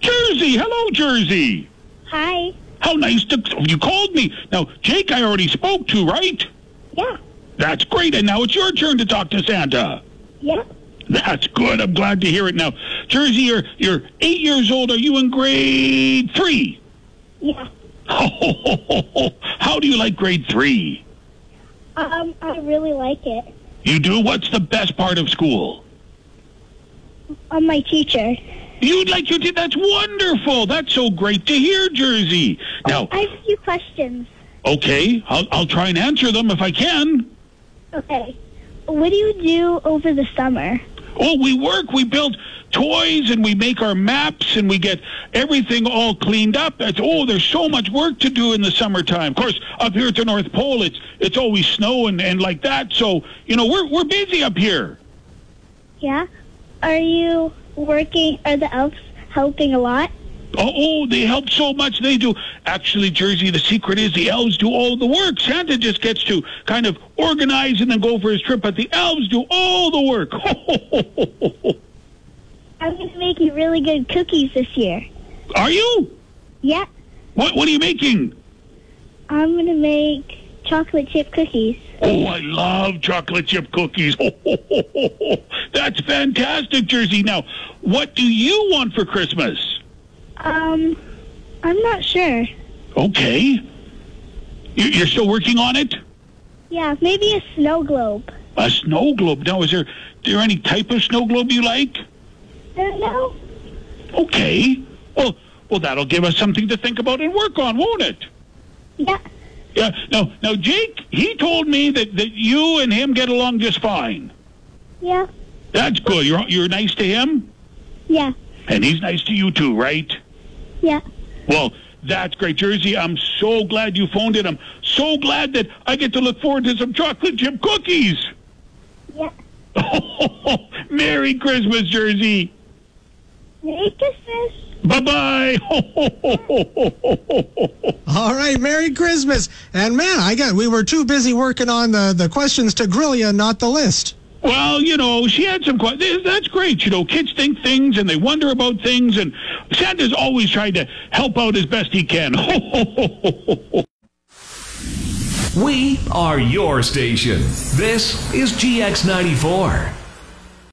Jersey. Hello, Jersey. Hi. How nice to you called me. Now, Jake, I already spoke to, right? Yeah. That's great. And now it's your turn to talk to Santa. Yeah. That's good. I'm glad to hear it. Now, Jersey, you're you're eight years old. Are you in grade three? Yeah. How do you like grade three? Um, I really like it. You do. What's the best part of school? I'm my teacher. You'd like your. te- That's wonderful. That's so great to hear, Jersey. Now, I have a few questions. okay, I'll I'll try and answer them if I can. Okay. What do you do over the summer? Oh, we work. We build toys and we make our maps and we get everything all cleaned up. It's, oh, there's so much work to do in the summertime. Of course, up here at the North Pole, it's it's always snow and, and like that. So you know we're we're busy up here. Yeah. Are you working? Are the elves helping a lot? Oh, oh, they help so much. They do. Actually, Jersey, the secret is the elves do all the work. Santa just gets to kind of organize and then go for his trip, but the elves do all the work. I'm going to make you really good cookies this year. Are you? Yeah. What What are you making? I'm going to make chocolate chip cookies. Oh, I love chocolate chip cookies. That's fantastic, Jersey. Now, what do you want for Christmas? Um, I'm not sure. Okay. You- You're still working on it? Yeah, maybe a snow globe. A snow globe. Now, is there, there any type of snow globe you like? I don't know. Okay. Well, well, that'll give us something to think about and work on, won't it? Yeah. Yeah. Now, now, Jake, he told me that, that you and him get along just fine. Yeah. That's good. You're, you're nice to him, Yeah. and he's nice to you too, right? Yeah. Well, that's great, Jersey. I'm so glad you phoned in. I'm so glad that I get to look forward to some chocolate chip cookies. Yeah. Merry Christmas, Jersey. Merry Christmas. Bye bye. All right, Merry Christmas. And man, I got we were too busy working on the, the questions to grill you, not the list. Well, you know, she had some questions. That's great. You know, kids think things and they wonder about things, and Santa's always trying to help out as best he can. We are your station. This is GX94.